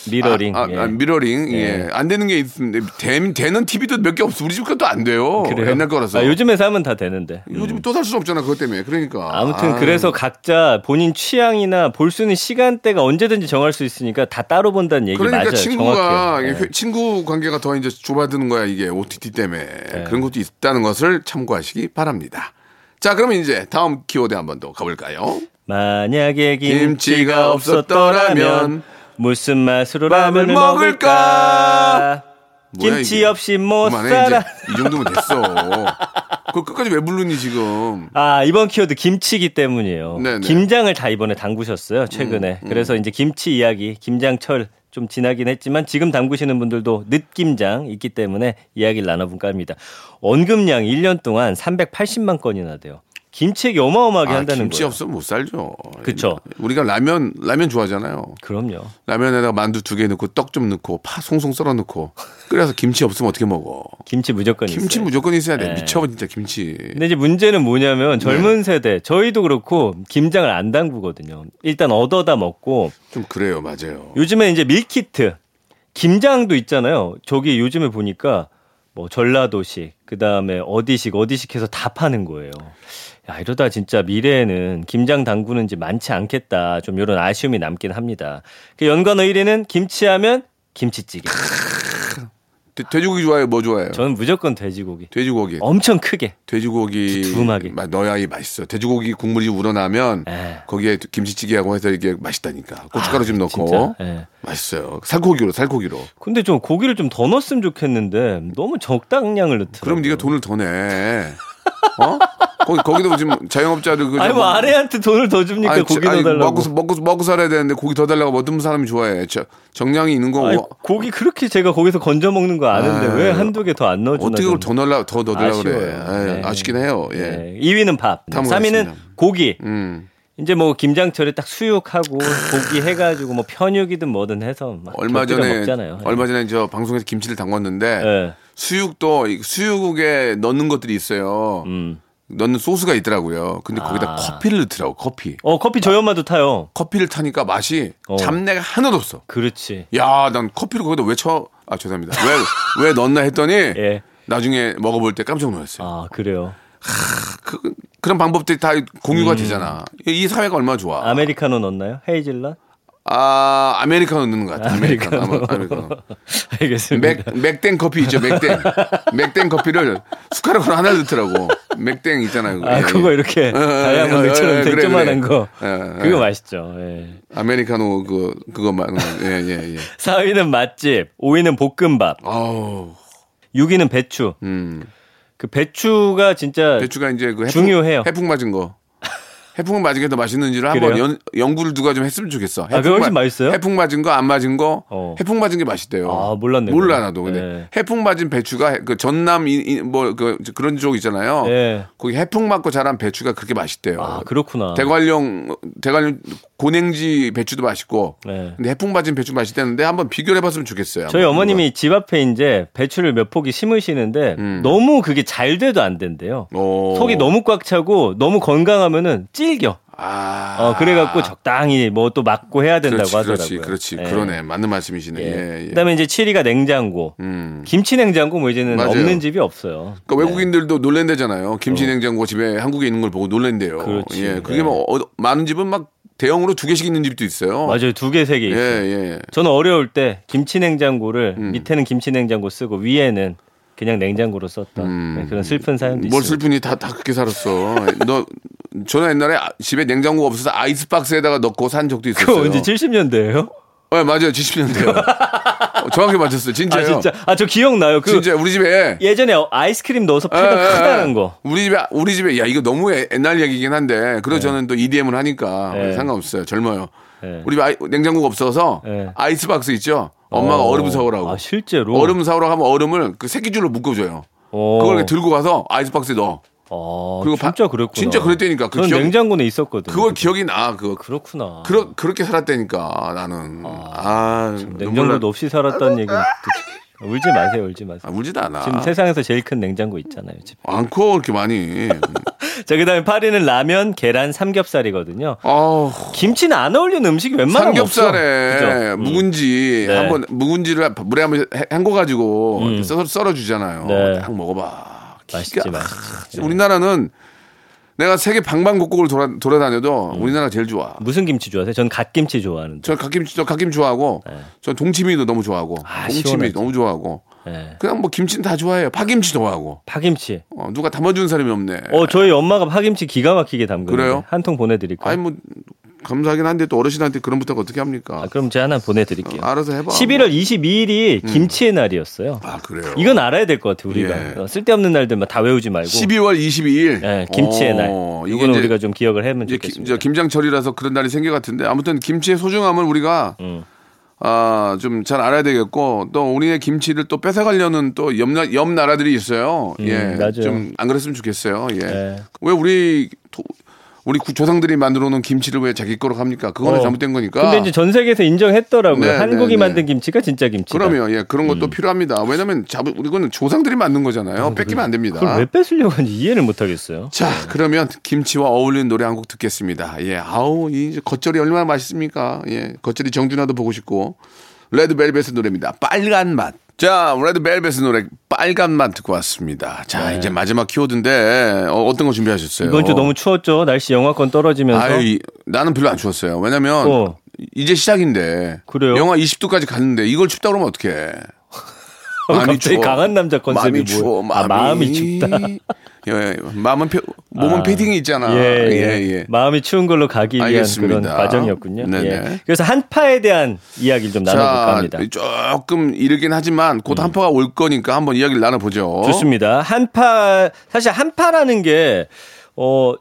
Speaker 6: 미러링.
Speaker 1: 아, 아,
Speaker 6: 예.
Speaker 1: 아, 미러링 예.
Speaker 6: 예.
Speaker 1: 안 되는 게 있습니다. 되, 되는 TV도 몇 개 없어. 우리 집 것도 안 돼요.
Speaker 6: 그래요?
Speaker 1: 옛날 거라서.
Speaker 6: 아,
Speaker 1: 요즘
Speaker 6: 요즘에서 하면 다 되는데.
Speaker 1: 또 살 수 없잖아 그것 때문에. 그러니까.
Speaker 6: 아무튼
Speaker 1: 아유.
Speaker 6: 그래서 각자 본인 취향이나 볼 수 있는 시간대가 언제든지 정할 수 있으니까 다 따로 본다는 얘기
Speaker 1: 그러니까
Speaker 6: 맞아요.
Speaker 1: 친구가
Speaker 6: 정확해요. 예.
Speaker 1: 이게 회- 친구 관계가 더 이제 좁아드는 거야 이게 OTT 때문에
Speaker 6: 예.
Speaker 1: 그런 것도 있다는 것을 참고하시기 바랍니다. 자 그러면 이제 다음 키워드 한번 더 가볼까요?
Speaker 6: 만약에
Speaker 1: 김치가
Speaker 6: 김치가
Speaker 1: 없었더라면
Speaker 6: 없었더라면 무슨 맛으로 라면을
Speaker 1: 먹을까?
Speaker 6: 먹을까?
Speaker 1: 뭐야,
Speaker 6: 김치
Speaker 1: 이게.
Speaker 6: 없이 못
Speaker 1: 그만해,
Speaker 6: 살아.
Speaker 1: 이제. 이 정도면 됐어. 그 끝까지 왜 부르니 지금?
Speaker 6: 아 이번 키워드 김치기 때문이에요.
Speaker 1: 네네. 음,
Speaker 6: 김장을 다 이번에 담그셨어요 최근에. 그래서 이제 김치 이야기 김장철 좀 지나긴 했지만 지금 담그시는 분들도 늦김장 있기 때문에 이야기를 나눠볼까 합니다. 원금량 1년 동안 380만 건이나 돼요. 김치액이 어마어마하게
Speaker 1: 아,
Speaker 6: 한다는
Speaker 1: 김치
Speaker 6: 거예요.
Speaker 1: 없으면 못 살죠.
Speaker 6: 그쵸.
Speaker 1: 우리가 라면 라면 좋아하잖아요.
Speaker 6: 그럼요.
Speaker 1: 라면에다가 만두 두 개 넣고 떡 좀 넣고 파 송송 썰어 넣고 그래서 김치 없으면 어떻게 먹어?
Speaker 6: 김치 무조건
Speaker 1: 김치
Speaker 6: 있어요.
Speaker 1: 무조건 있어야 돼.
Speaker 6: 네.
Speaker 1: 미쳐 진짜 김치.
Speaker 6: 근데 이제 문제는 뭐냐면 젊은
Speaker 1: 네.
Speaker 6: 세대 저희도 그렇고 김장을 안 담그거든요. 일단 얻어다 먹고
Speaker 1: 좀 그래요, 맞아요.
Speaker 6: 요즘에 이제 밀키트 김장도 있잖아요. 저기 요즘에 보니까 뭐 전라도식 그다음에 어디식 어디식 해서 다 파는 거예요. 야 이러다 진짜 미래에는 김장 담그는 집 많지 않겠다. 좀 이런 아쉬움이 남긴 합니다. 그 연관어 1위는 김치하면 김치찌개.
Speaker 1: 돼- 돼지고기 좋아해요? 뭐 좋아해요?
Speaker 6: 저는 무조건 돼지고기.
Speaker 1: 돼지고기.
Speaker 6: 엄청 크게.
Speaker 1: 돼지고기
Speaker 6: 두툼하게.
Speaker 1: 마- 넣어야 이 맛있어. 돼지고기 국물이 우러나면
Speaker 6: 예.
Speaker 1: 거기에 김치찌개하고 해서 이게 맛있다니까. 고춧가루 좀 넣고
Speaker 6: 아, 진짜, 예.
Speaker 1: 맛있어요. 살코기로 살코기로.
Speaker 6: 근데 좀 고기를 좀 더 넣었으면 좋겠는데 너무 적당량을 넣더라고요.
Speaker 1: 그럼 네가 돈을 더 내. 어? 거기 거기도 지금 자영업자들 그
Speaker 6: 아니 뭐 아내한테 돈을 더 줍니까
Speaker 1: 아니,
Speaker 6: 고기
Speaker 1: 저- 아니,
Speaker 6: 넣어달라고.
Speaker 1: 먹고 먹고 먹고 살아야 되는데 고기 더 달라고 어떤 사람이 좋아해. 저, 정량이 있는 거
Speaker 6: 아니,
Speaker 1: 어,
Speaker 6: 고기 그렇게 제가 거기서 건져 먹는 거 아는데
Speaker 1: 아유,
Speaker 6: 왜 한두 개 더 안 넣어주나?
Speaker 1: 어떻게 그걸 더
Speaker 6: 저는.
Speaker 1: 넣으려 더 넣으려 그래.
Speaker 6: 아쉬워요.
Speaker 1: 아유,
Speaker 6: 네.
Speaker 1: 아쉽긴 해요. 예.
Speaker 6: 네. 2위는 밥,
Speaker 1: 다
Speaker 6: 3위는
Speaker 1: 먹었습니다.
Speaker 6: 고기.
Speaker 1: 음.
Speaker 6: 이제 뭐 김장철에 딱 수육하고 고기 해가지고 뭐 편육이든 뭐든 해서 막
Speaker 1: 얼마
Speaker 6: 곁들여
Speaker 1: 전에
Speaker 6: 먹잖아요. 네.
Speaker 1: 얼마 전에 저 방송에서 김치를 담궜는데
Speaker 6: 예.
Speaker 1: 수육도 이- 수육에 넣는 것들이 있어요.
Speaker 6: 음.
Speaker 1: 넣는 소스가 있더라고요. 근데 거기다
Speaker 6: 아.
Speaker 1: 커피를 넣더라고. 커피.
Speaker 6: 어 커피 저희 엄마도 타요.
Speaker 1: 커피를 타니까 맛이
Speaker 6: 어.
Speaker 1: 잡내가 하나도 없어.
Speaker 6: 그렇지.
Speaker 1: 야, 난 커피를 거기다 왜 쳐? 아, 죄송합니다. 왜, 왜 넣나 했더니
Speaker 6: 예.
Speaker 1: 나중에 먹어볼 때 깜짝 놀랐어요.
Speaker 6: 아 그래요.
Speaker 1: 그, 그런 방법들이 다 공유가 되잖아. 이, 이 사회가 얼마나 좋아.
Speaker 6: 음. 아메리카노 넣나요? 헤이즐넛?
Speaker 1: 아, 아메리카노 넣는 것 같아. 아메리카노. 아마- 아메리카노.
Speaker 6: 알겠습니다.
Speaker 1: 맥, 맥땡 커피 있죠, 맥땡. 맥땡 커피를 숟가락으로 하나 넣더라고. 맥땡 있잖아요. 예,
Speaker 6: 아 그거 이렇게
Speaker 1: 그
Speaker 6: 다이아몬드처럼 쟁점만한 거.
Speaker 1: 그래.
Speaker 6: 그거 맛있죠. 예.
Speaker 1: 예. 아메리카노 그 그거 말 예예 예. 예.
Speaker 6: 4위는 맛집, 5위는 볶음밥,
Speaker 1: 아우
Speaker 6: 6위는 배추.
Speaker 1: 음
Speaker 6: 그 배추가 진짜
Speaker 1: 배추가 이제 그 해풍,
Speaker 6: 네. 중요해요.
Speaker 1: 해풍 맞은 거. 해풍 맞은 게 더 맛있는지를 한번
Speaker 6: 그래요? 아,
Speaker 1: 연, 연구를 누가 좀 했으면 좋겠어. 해풍
Speaker 6: 그거 훨씬
Speaker 1: 맞-
Speaker 6: 맛있어요?
Speaker 1: 해풍 맞은 거 안 맞은 거
Speaker 6: 어.
Speaker 1: 해풍 맞은 게 맛있대요.
Speaker 6: 아, 몰랐네,
Speaker 1: 몰라
Speaker 6: 그건.
Speaker 1: 나도. 근데
Speaker 6: 예.
Speaker 1: 해풍 맞은 배추가 그 전남 뭐그 그런 쪽 있잖아요.
Speaker 6: 예.
Speaker 1: 거기 해풍 맞고 자란 배추가 그렇게 맛있대요.
Speaker 6: 아 그렇구나.
Speaker 1: 대관령 대관령 고냉지 배추도 맛있고
Speaker 6: 네.
Speaker 1: 근데 해풍 맞은 배추 맛있다는데 한번 비교를 해봤으면 좋겠어요.
Speaker 6: 저희
Speaker 1: 한번
Speaker 6: 어머님이 집 앞에 이제 배추를 몇 포기 심으시는데
Speaker 1: 음.
Speaker 6: 너무 그게 잘 돼도 안 된대요.
Speaker 1: 오.
Speaker 6: 속이 너무 꽉 차고 너무 건강하면은 찔겨.
Speaker 1: 아.
Speaker 6: 어 그래갖고 적당히 뭐 또 막고 해야 된다고
Speaker 1: 그렇지, 그렇지,
Speaker 6: 하더라고요.
Speaker 1: 그렇지.
Speaker 6: 예.
Speaker 1: 그러네. 맞는 말씀이시네. 예, 예.
Speaker 6: 그다음에 이제 7위가 냉장고.
Speaker 1: 음.
Speaker 6: 김치 냉장고 뭐 이제는
Speaker 1: 맞아요.
Speaker 6: 없는 집이 없어요.
Speaker 1: 그러니까 외국인들도
Speaker 6: 네.
Speaker 1: 놀랜대잖아요. 김치 냉장고 집에 한국에 있는 걸 보고 놀랜대요.
Speaker 6: 어. 그렇지.
Speaker 1: 예. 그게
Speaker 6: 네.
Speaker 1: 뭐 어, 많은 집은 막 대형으로 두 개씩 있는 집도 있어요.
Speaker 6: 맞아요. 두 개, 세 개.
Speaker 1: 예,
Speaker 6: 있어요.
Speaker 1: 예.
Speaker 6: 저는 어려울 때 김치 냉장고를
Speaker 1: 음.
Speaker 6: 밑에는 김치 냉장고 쓰고 위에는 그냥 냉장고로 썼던 네, 그런 슬픈 사연도
Speaker 1: 음. 뭘
Speaker 6: 있어요.
Speaker 1: 슬프니 다, 다 그렇게 살았어. 너, 저는 옛날에 아- 집에 냉장고가 없어서 아이스박스에다가 넣고 산 적도 있었어요.
Speaker 6: 그거 언제 70년대예요?
Speaker 1: 네, 맞아요. 70년대요. 어, 정확히 맞췄어요. 진짜요.
Speaker 6: 아 진짜. 아 저 기억나요. 그
Speaker 1: 진짜 우리 집에
Speaker 6: 예전에 아이스크림 넣어서 패던
Speaker 1: 예, 예,
Speaker 6: 크다는
Speaker 1: 예.
Speaker 6: 거.
Speaker 1: 우리 집에 우리 집에 야 이거 너무 애- 옛날 얘기긴 한데 그래도 저는 또 EDM을 하니까
Speaker 6: 예.
Speaker 1: 상관없어요. 젊어요.
Speaker 6: 예.
Speaker 1: 우리 집에 아이- 냉장고가 없어서
Speaker 6: 예.
Speaker 1: 아이스박스 있죠. 엄마가
Speaker 6: 어.
Speaker 1: 얼음 사오라고.
Speaker 6: 아 실제로.
Speaker 1: 얼음 사오라고 하면 얼음을 그 새끼줄로 묶어줘요.
Speaker 6: 어.
Speaker 1: 그걸 이렇게 들고 가서 아이스박스에 넣어.
Speaker 6: 아,
Speaker 1: 그리고 바-
Speaker 6: 진짜 그랬구나.
Speaker 1: 진짜 그랬다니까. 그
Speaker 6: 저는
Speaker 1: 기억이-
Speaker 6: 냉장고는 있었거든.
Speaker 1: 그걸 기억이 나. 그거
Speaker 6: 그렇구나.
Speaker 1: 그러, 그렇게 살았다니까 나는. 아,
Speaker 6: 냉장고도
Speaker 1: 눈물 나-
Speaker 6: 없이 살았다는 얘기. 듣- 울지 마세요. 울지
Speaker 1: 아,
Speaker 6: 마세요.
Speaker 1: 울지도 아. 않아.
Speaker 6: 지금 세상에서 제일 큰 냉장고 있잖아요. 집.
Speaker 1: 안커 이렇게 많이.
Speaker 6: 자, 그다음에 8위는 라면, 계란, 삼겹살이거든요.
Speaker 1: 아우.
Speaker 6: 김치는 안 어울리는 음식이 웬만하면 없어.
Speaker 1: 삼겹살에
Speaker 6: 그죠? 음.
Speaker 1: 묵은지
Speaker 6: 네.
Speaker 1: 한번 묵은지를 물에 한번 해- 헹궈가지고
Speaker 6: 음.
Speaker 1: 썰어 썰어주잖아요.
Speaker 6: 네.
Speaker 1: 딱 먹어봐. 기가
Speaker 6: 맛있지,
Speaker 1: 막-
Speaker 6: 맛있지.
Speaker 1: 우리나라는 내가 세계 방방곡곡을 돌아, 돌아다녀도
Speaker 6: 음.
Speaker 1: 우리나라 제일 좋아.
Speaker 6: 무슨 김치 좋아하세요? 전 갓김치 좋아하는데.
Speaker 1: 저 갓김치 저 갓김 좋아하고 저 동치미도 너무 좋아하고
Speaker 6: 네. 아,
Speaker 1: 동치미
Speaker 6: 시원하지.
Speaker 1: 너무 좋아하고
Speaker 6: 예.
Speaker 1: 그냥 뭐 김치는 다 좋아해요. 파김치 좋아하고
Speaker 6: 파김치.
Speaker 1: 어, 누가 담아주는 사람이 없네.
Speaker 6: 어, 저희 엄마가 파김치 기가 막히게 담그는
Speaker 1: 그래요?
Speaker 6: 한통 보내드릴까요?
Speaker 1: 아니 뭐 감사하긴 한데 또 어르신한테 그런 부탁 어떻게 합니까?
Speaker 6: 아, 그럼 제가 하나 보내드릴게요.
Speaker 1: 알아서 뭐. 음. 해봐.
Speaker 6: 11월 22일이 김치의 날이었어요.
Speaker 1: 아 그래요.
Speaker 6: 이건 알아야 될 것 같아요, 우리가.
Speaker 1: 예.
Speaker 6: 어, 쓸데없는 날들만 다 외우지 말고.
Speaker 1: 12월 22일.
Speaker 6: 예, 어. 김치의 날.
Speaker 1: 어, 이게
Speaker 6: 이거는
Speaker 1: 이제
Speaker 6: 우리가 좀 기억을 하면
Speaker 1: 이제 김,
Speaker 6: 좋겠습니다.
Speaker 1: 장철이라서 그런 날이 생겨 같은데 아무튼 김치의 소중함을 우리가
Speaker 6: 음.
Speaker 1: 아, 좀 잘 알아야 되겠고 또 우리의 김치를 또 뺏어가려는 또 옆 나라들이 있어요.
Speaker 6: 음,
Speaker 1: 예,
Speaker 6: 맞아요.
Speaker 1: 좀 안 그랬으면 좋겠어요. 예.
Speaker 6: 예.
Speaker 1: 왜 우리 토- 우리 구- 조상들이 만들어 놓은 김치를 왜 자기 거로 합니까? 그거는
Speaker 6: 어.
Speaker 1: 잘못된 거니까.
Speaker 6: 근데 이제 전 세계에서 인정했더라고요.
Speaker 1: 네, 네,
Speaker 6: 한국이
Speaker 1: 네.
Speaker 6: 만든 김치가 진짜 김치다.
Speaker 1: 그러면 예 그런
Speaker 6: 음.
Speaker 1: 것도 필요합니다. 왜냐하면 잡 이거는 조상들이 만든 거잖아요. 아, 뺏기면 안 됩니다.
Speaker 6: 그렇죠. 그걸 왜 뺏으려고 하는지 이해를 못하겠어요.
Speaker 1: 자, 그러면 김치와 어울리는 노래 한 곡 듣겠습니다. 예, 아우, 이 겉절이 얼마나 맛있습니까? 예, 겉절이 정준하도 보고 싶고. 레드벨벳의 노래입니다. 빨간 맛. 자, 레드벨벳의 노래 빨간 맛 듣고 왔습니다. 자, 이제 마지막 키워드인데 어, 떤거 준비하셨어요?
Speaker 6: 네. 이번 주 너무 추웠죠. 날씨 영하권 떨어지면서.
Speaker 1: 아유, 이- 나는 별로 안 추웠어요. 왜냐면
Speaker 6: 어.
Speaker 1: 이제 시작인데
Speaker 6: 그래요?
Speaker 1: 영하 20도까지 갔는데 이걸 춥다 그러면 어떡해.
Speaker 6: 갑자기 강한 남자 컨셉이
Speaker 1: 마음이
Speaker 6: 뭐예요?
Speaker 1: 추워.
Speaker 6: 아, 마음이 춥다.
Speaker 1: 예, 예. 마음은 펴, 몸은
Speaker 6: 아.
Speaker 1: 패딩이 있잖아.
Speaker 6: 예, 예. 마음이 추운 걸로 가기 위한
Speaker 1: 알겠습니다.
Speaker 6: 그런 과정이었군요.
Speaker 1: 네네.
Speaker 6: 예. 그래서 한파에 대한 이야기를 좀 나눠볼까
Speaker 1: 자,
Speaker 6: 합니다. 음.
Speaker 1: 조금 이르긴 하지만 곧 한파가 올 거니까 한번 이야기를 나눠보죠.
Speaker 6: 좋습니다. 한파 사실 한파라는 게 어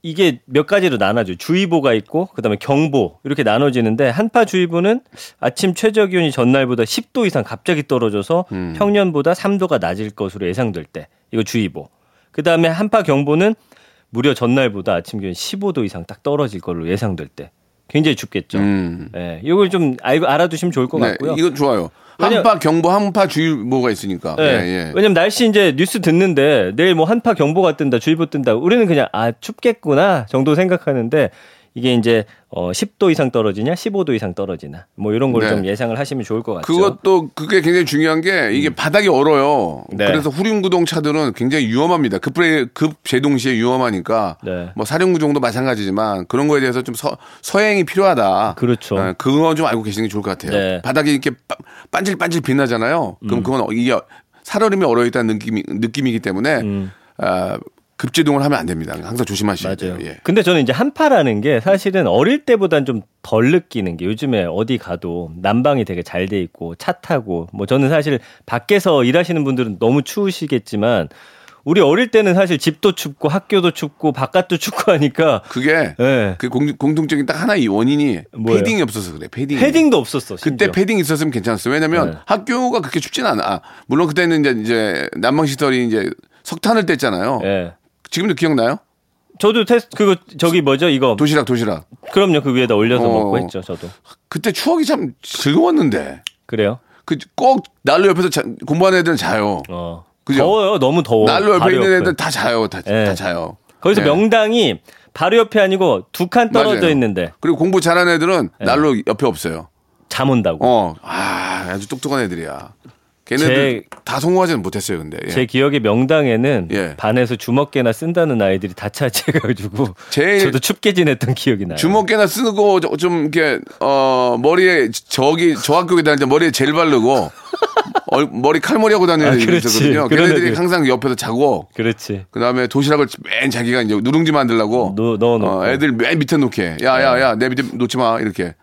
Speaker 6: 이게 몇 가지로 나눠져 요 주의보가 있고 그다음에 경보 이렇게 나눠지는데 한파 주의보는 아침 최저 기온이 전날보다 10도 이상 갑자기 떨어져서
Speaker 1: 음.
Speaker 6: 평년보다 3도가 낮을 것으로 예상될 때 이거 주의보. 그다음에 한파 경보는 무려 전날보다 아침 기온 15도 이상 딱 떨어질 걸로 예상될 때 굉장히 춥겠죠.
Speaker 1: 음.
Speaker 6: 예, 이걸 좀 알고 알아두시면 좋을 것
Speaker 1: 네,
Speaker 6: 같고요.
Speaker 1: 이거 좋아요.
Speaker 6: 왜냐-
Speaker 1: 한파 경보, 한파 주의보가 있으니까.
Speaker 6: 예.
Speaker 1: 예, 예.
Speaker 6: 왜냐면 날씨 이제 뉴스 듣는데 내일 뭐 한파 경보가 뜬다, 주의보 뜬다. 우리는 그냥 아 춥겠구나 정도 생각하는데 이게 이제 어 10도 이상 떨어지냐, 15도 이상 떨어지나 뭐 이런 걸
Speaker 1: 네.
Speaker 6: 좀 예상을 하시면 좋을 것 같죠.
Speaker 1: 그것도 그게 굉장히 중요한 게 이게 바닥이 얼어요.
Speaker 6: 음. 네.
Speaker 1: 그래서 후륜구동 차들은 굉장히 위험합니다. 급, 급 제동 시에 위험하니까
Speaker 6: 네.
Speaker 1: 뭐 사륜구동도 마찬가지지만 그런 거에 대해서 좀 서, 서행이 필요하다.
Speaker 6: 그렇죠.
Speaker 1: 예, 그건 좀 알고 계시는 게 좋을 것 같아요.
Speaker 6: 네. 음.
Speaker 1: 바닥이 이렇게 빠- 반질반질 빛나잖아요. 그럼 그건 이게 살얼음이 얼어 있다는 느낌이, 느낌이기 때문에
Speaker 6: 음.
Speaker 1: 아, 급제동을 하면 안 됩니다. 항상 조심하셔야 돼요.
Speaker 6: 맞아요.
Speaker 1: 예.
Speaker 6: 근데 저는 이제 한파라는 게 사실은 어릴 때보단 좀 덜 느끼는 게 요즘에 어디 가도 난방이 되게 잘 돼 있고 차 타고 뭐 저는 사실 밖에서 일하시는 분들은 너무 추우시겠지만 우리 어릴 때는 사실 집도 춥고 학교도 춥고 바깥도 춥고 하니까
Speaker 1: 그게
Speaker 6: 예.
Speaker 1: 그 공, 공통적인 딱 하나의 원인이
Speaker 6: 뭐예요?
Speaker 1: 패딩이 없어서 그래. 패딩이.
Speaker 6: 패딩도 없었어. 심지어.
Speaker 1: 음. 그때 패딩 있었으면 괜찮았어요. 왜냐면
Speaker 6: 네.
Speaker 1: 학교가 그렇게 춥진 않아. 아, 물론 그때는 이제, 이제 난방시설이 이제 석탄을 뗐잖아요.
Speaker 6: 예.
Speaker 1: 지금도 기억나요?
Speaker 6: 저도 테스트 그거 저기 뭐죠 이거
Speaker 1: 도시락 도시락.
Speaker 6: 그럼요 그 위에다 올려서
Speaker 1: 어.
Speaker 6: 먹고 했죠 저도
Speaker 1: 그때 추억이 참 즐거웠는데.
Speaker 6: 그래요.
Speaker 1: 그 꼭 난로 옆에서 자- 공부하는 애들은 자요.
Speaker 6: 어.
Speaker 1: 그죠?
Speaker 6: 더워요 너무 더워.
Speaker 1: 난로 옆에
Speaker 6: 바로
Speaker 1: 있는
Speaker 6: 옆에.
Speaker 1: 애들 다 자요. 다,
Speaker 6: 예.
Speaker 1: 다 자요.
Speaker 6: 거기서
Speaker 1: 예.
Speaker 6: 명당이 바로 옆이 아니고 두 칸 떨어져
Speaker 1: 맞아요.
Speaker 6: 있는데
Speaker 1: 그리고 공부 잘하는 애들은
Speaker 6: 네.
Speaker 1: 난로 옆에 없어요.
Speaker 6: 잠 온다고.
Speaker 1: 어. 아, 아주 똑똑한 애들이야. 걔네들 다 성공하지는 못했어요, 근데. 예.
Speaker 6: 제 기억에 명당에는
Speaker 1: 예.
Speaker 6: 반에서 주먹개나 쓴다는 아이들이 다 차지해가지고
Speaker 1: 제일-
Speaker 6: 저도 춥게 지냈던 기억이 나요.
Speaker 1: 주먹깨나 쓰고 저- 좀 이렇게 어 머리에 저기 저 학교에 다닐 때 머리에 젤 바르고 얼- 머리 칼머리하고 다니는
Speaker 6: 아,
Speaker 1: 애들이
Speaker 6: 그렇지.
Speaker 1: 있었거든요.
Speaker 6: 그런
Speaker 1: 걔네들이
Speaker 6: 애들.
Speaker 1: 항상 옆에서 자고
Speaker 6: 그렇지.
Speaker 1: 그다음에 도시락을 맨 자기가 이제 누룽지 만들라고
Speaker 6: 넣- 음, 넣어놓고. 네.
Speaker 1: 어, 애들 맨 밑에 놓게 야야야 내 밑에 놓지 마 이렇게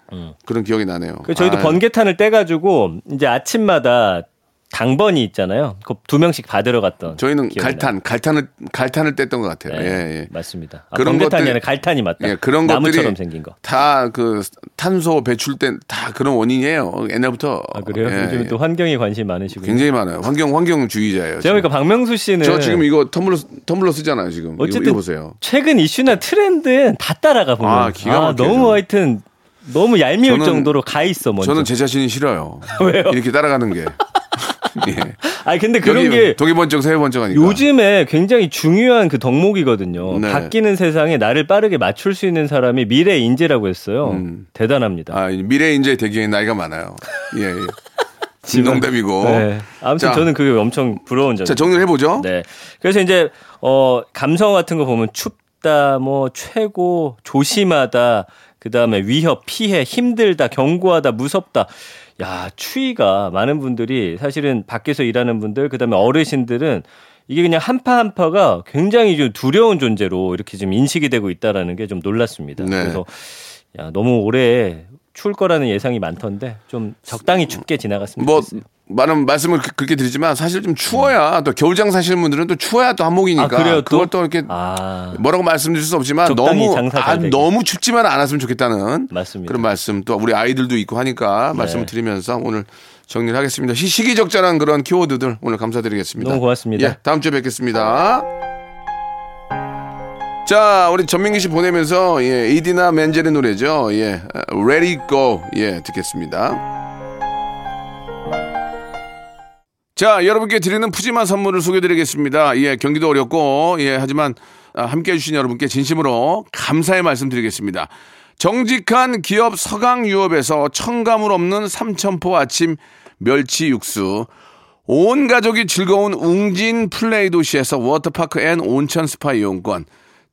Speaker 1: 그런 기억이 나네요.
Speaker 6: 음. 그 저희도
Speaker 1: 아유.
Speaker 6: 번개탄을 떼가지고 이제 아침마다 당번이 있잖아요. 그 두 명씩 받으러 갔던.
Speaker 1: 저희는
Speaker 6: 기억이 나요.
Speaker 1: 갈탄 갈탄을 갈탄을 뗐던 것 같아요.
Speaker 6: 네,
Speaker 1: 예, 예.
Speaker 6: 맞습니다. 아,
Speaker 1: 그런
Speaker 6: 번개탄이
Speaker 1: 것들이-
Speaker 6: 아니라 갈탄이 맞다.
Speaker 1: 예, 그런
Speaker 6: 나무처럼
Speaker 1: 것들이
Speaker 6: 생긴 거.
Speaker 1: 다 그 탄소 배출된 다 그런 원인이에요. 옛날부터
Speaker 6: 아 그래요?
Speaker 1: 예,
Speaker 6: 요즘
Speaker 1: 예.
Speaker 6: 또 환경에 관심 많으시군요.
Speaker 1: 굉장히 많아요. 환경 환경주의자예요.
Speaker 6: 제가 보니까 박명수 씨는
Speaker 1: 저 지금 이거 텀블러 텀블러 쓰잖아요 지금. 이거-
Speaker 6: 네. 어쨌든
Speaker 1: 이거 보세요.
Speaker 6: 최근 이슈나 트렌드는 다 따라가 보면
Speaker 1: 아, 기가 막혀요,
Speaker 6: 너무
Speaker 1: 저는.
Speaker 6: 하여튼 너무 얄미울
Speaker 1: 저는-
Speaker 6: 정도로 가 있어 먼저.
Speaker 1: 저는 제 자신이 싫어요.
Speaker 6: 왜요?
Speaker 1: 이렇게 따라가는 게. 예.
Speaker 6: 아 근데 그런
Speaker 1: 여기
Speaker 6: 게
Speaker 1: 동해 번쩍 서해 번쩍하니까.
Speaker 6: 요즘에 굉장히 중요한 그 덕목이거든요.
Speaker 1: 네.
Speaker 6: 바뀌는 세상에 나를 빠르게 맞출 수 있는 사람이 미래 인재라고 했어요. 대단합니다.
Speaker 1: 아 미래 인재 대기엔 나이가 많아요. 예. 예. 농담이고.
Speaker 6: 네. 아무튼
Speaker 1: 자,
Speaker 6: 저는 그게 엄청 부러운 점.
Speaker 1: 자 정리를 해보죠.
Speaker 6: 네. 그래서 이제 어 감성 같은 거 보면 춥다, 뭐 최고, 조심하다, 그 다음에 위협, 피해, 힘들다, 경고하다, 무섭다. 야 추위가 많은 분들이 사실은 밖에서 일하는 분들, 그 다음에 어르신들은 이게 그냥 한파 한파가 굉장히 좀 두려운 존재로 이렇게 좀 인식이 되고 있다라는 게 좀 놀랐습니다.
Speaker 1: 네.
Speaker 6: 그래서 야 너무 올해 추울 거라는 예상이 많던데 좀 적당히 춥게 지나갔으면
Speaker 1: 음. 뭐
Speaker 6: 좋겠어요.
Speaker 1: 많은 말씀을 그- 그렇게 드리지만 사실 좀 추워야 또 겨울장 사시는 분들은 또 추워야 또 한몫이니까
Speaker 6: 아, 그래요, 또?
Speaker 1: 그걸 또 이렇게
Speaker 6: 아
Speaker 1: 뭐라고 말씀드릴 수 없지만
Speaker 6: 적당히
Speaker 1: 너무
Speaker 6: 장사 잘
Speaker 1: 아,
Speaker 6: 되게.
Speaker 1: 너무 춥지만 않았으면 좋겠다는
Speaker 6: 맞습니다. 네.
Speaker 1: 그런 말씀 또 우리 아이들도 있고 하니까 말씀을 드리면서 오늘 정리를 하겠습니다. 시- 시기적절한 그런 키워드들 오늘 감사드리겠습니다.
Speaker 6: 너무 고맙습니다.
Speaker 1: 예, 다음 주에 뵙겠습니다. 자, 우리 전민기 씨 보내면서 예, 이디나 맨젤의 노래죠. 예, Ready Go 예 듣겠습니다. 자, 여러분께 드리는 푸짐한 선물을 소개드리겠습니다. 예, 경기도 어렵고, 예, 하지만 아, 함께 해주신 여러분께 진심으로 감사의 말씀 드리겠습니다. 정직한 기업 서강유업에서 청가물 없는 삼천포 아침 멸치 육수, 온 가족이 즐거운 웅진 플레이 도시에서 워터파크 앤 온천 스파 이용권,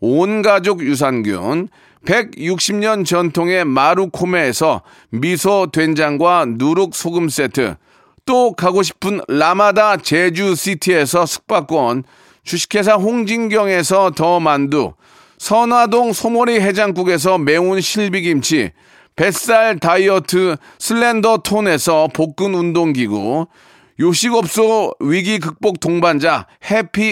Speaker 1: 온가족 유산균 160년 전통의 마루코메에서 미소 된장과 누룩 소금 세트 또 가고 싶은 라마다 제주시티에서 숙박권 주식회사 홍진경에서 더 만두 선화동 소머리 해장국에서 매운 실비김치 뱃살 다이어트 슬렌더 톤에서 복근 운동기구 요식업소 위기 극복 동반자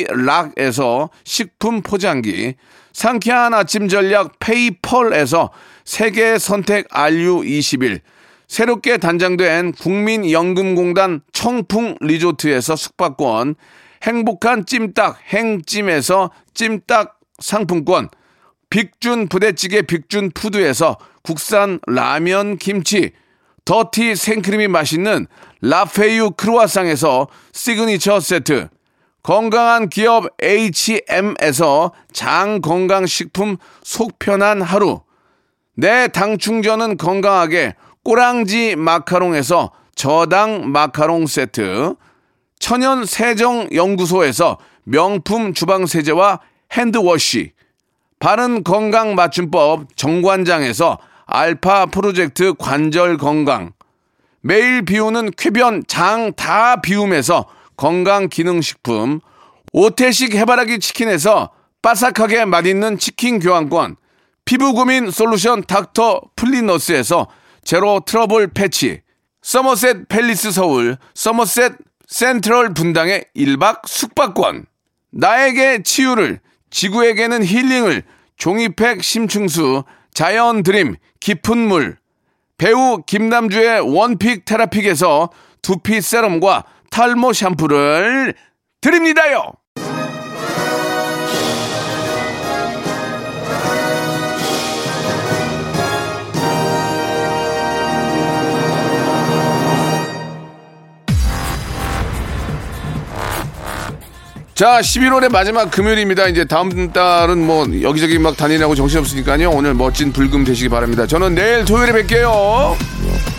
Speaker 1: 해피락에서 식품 포장기, 상쾌한 아침 전략 페이펄에서 세계 선택 RU21, 새롭게 단장된 국민연금공단 청풍 리조트에서 숙박권, 행복한 찜닭 행찜에서 찜닭 상품권, 빅준 부대찌개 빅준 푸드에서 국산 라면 김치, 더티 생크림이 맛있는 라페유 크루아상에서 시그니처 세트, 건강한 기업 HM에서 장건강식품 속편한 하루, 내 당 충전은 건강하게 꼬랑지 마카롱에서 저당 마카롱 세트, 천연 세정 연구소에서 명품 주방 세제와 핸드워시, 바른 건강 맞춤법 정관장에서 알파 프로젝트 관절 건강. 매일 비우는 쾌변 장 다 비움에서 건강 기능식품. 오태식 해바라기 치킨에서 바삭하게 맛있는 치킨 교환권. 피부 고민 솔루션 닥터 플리너스에서 제로 트러블 패치. 서머셋 팰리스 서울, 서머셋 센트럴 분당의 1박 숙박권. 나에게 치유를, 지구에게는 힐링을, 종이팩 심층수, 자연 드림, 깊은 물. 배우 김남주의 원픽 테라픽에서 두피 세럼과 탈모 샴푸를 드립니다요! 자, 11월의 마지막 금요일입니다. 이제 다음 달은 뭐 여기저기 막 다니라고 정신없으니까요. 오늘 멋진 불금 되시기 바랍니다. 저는 내일 토요일에 뵐게요.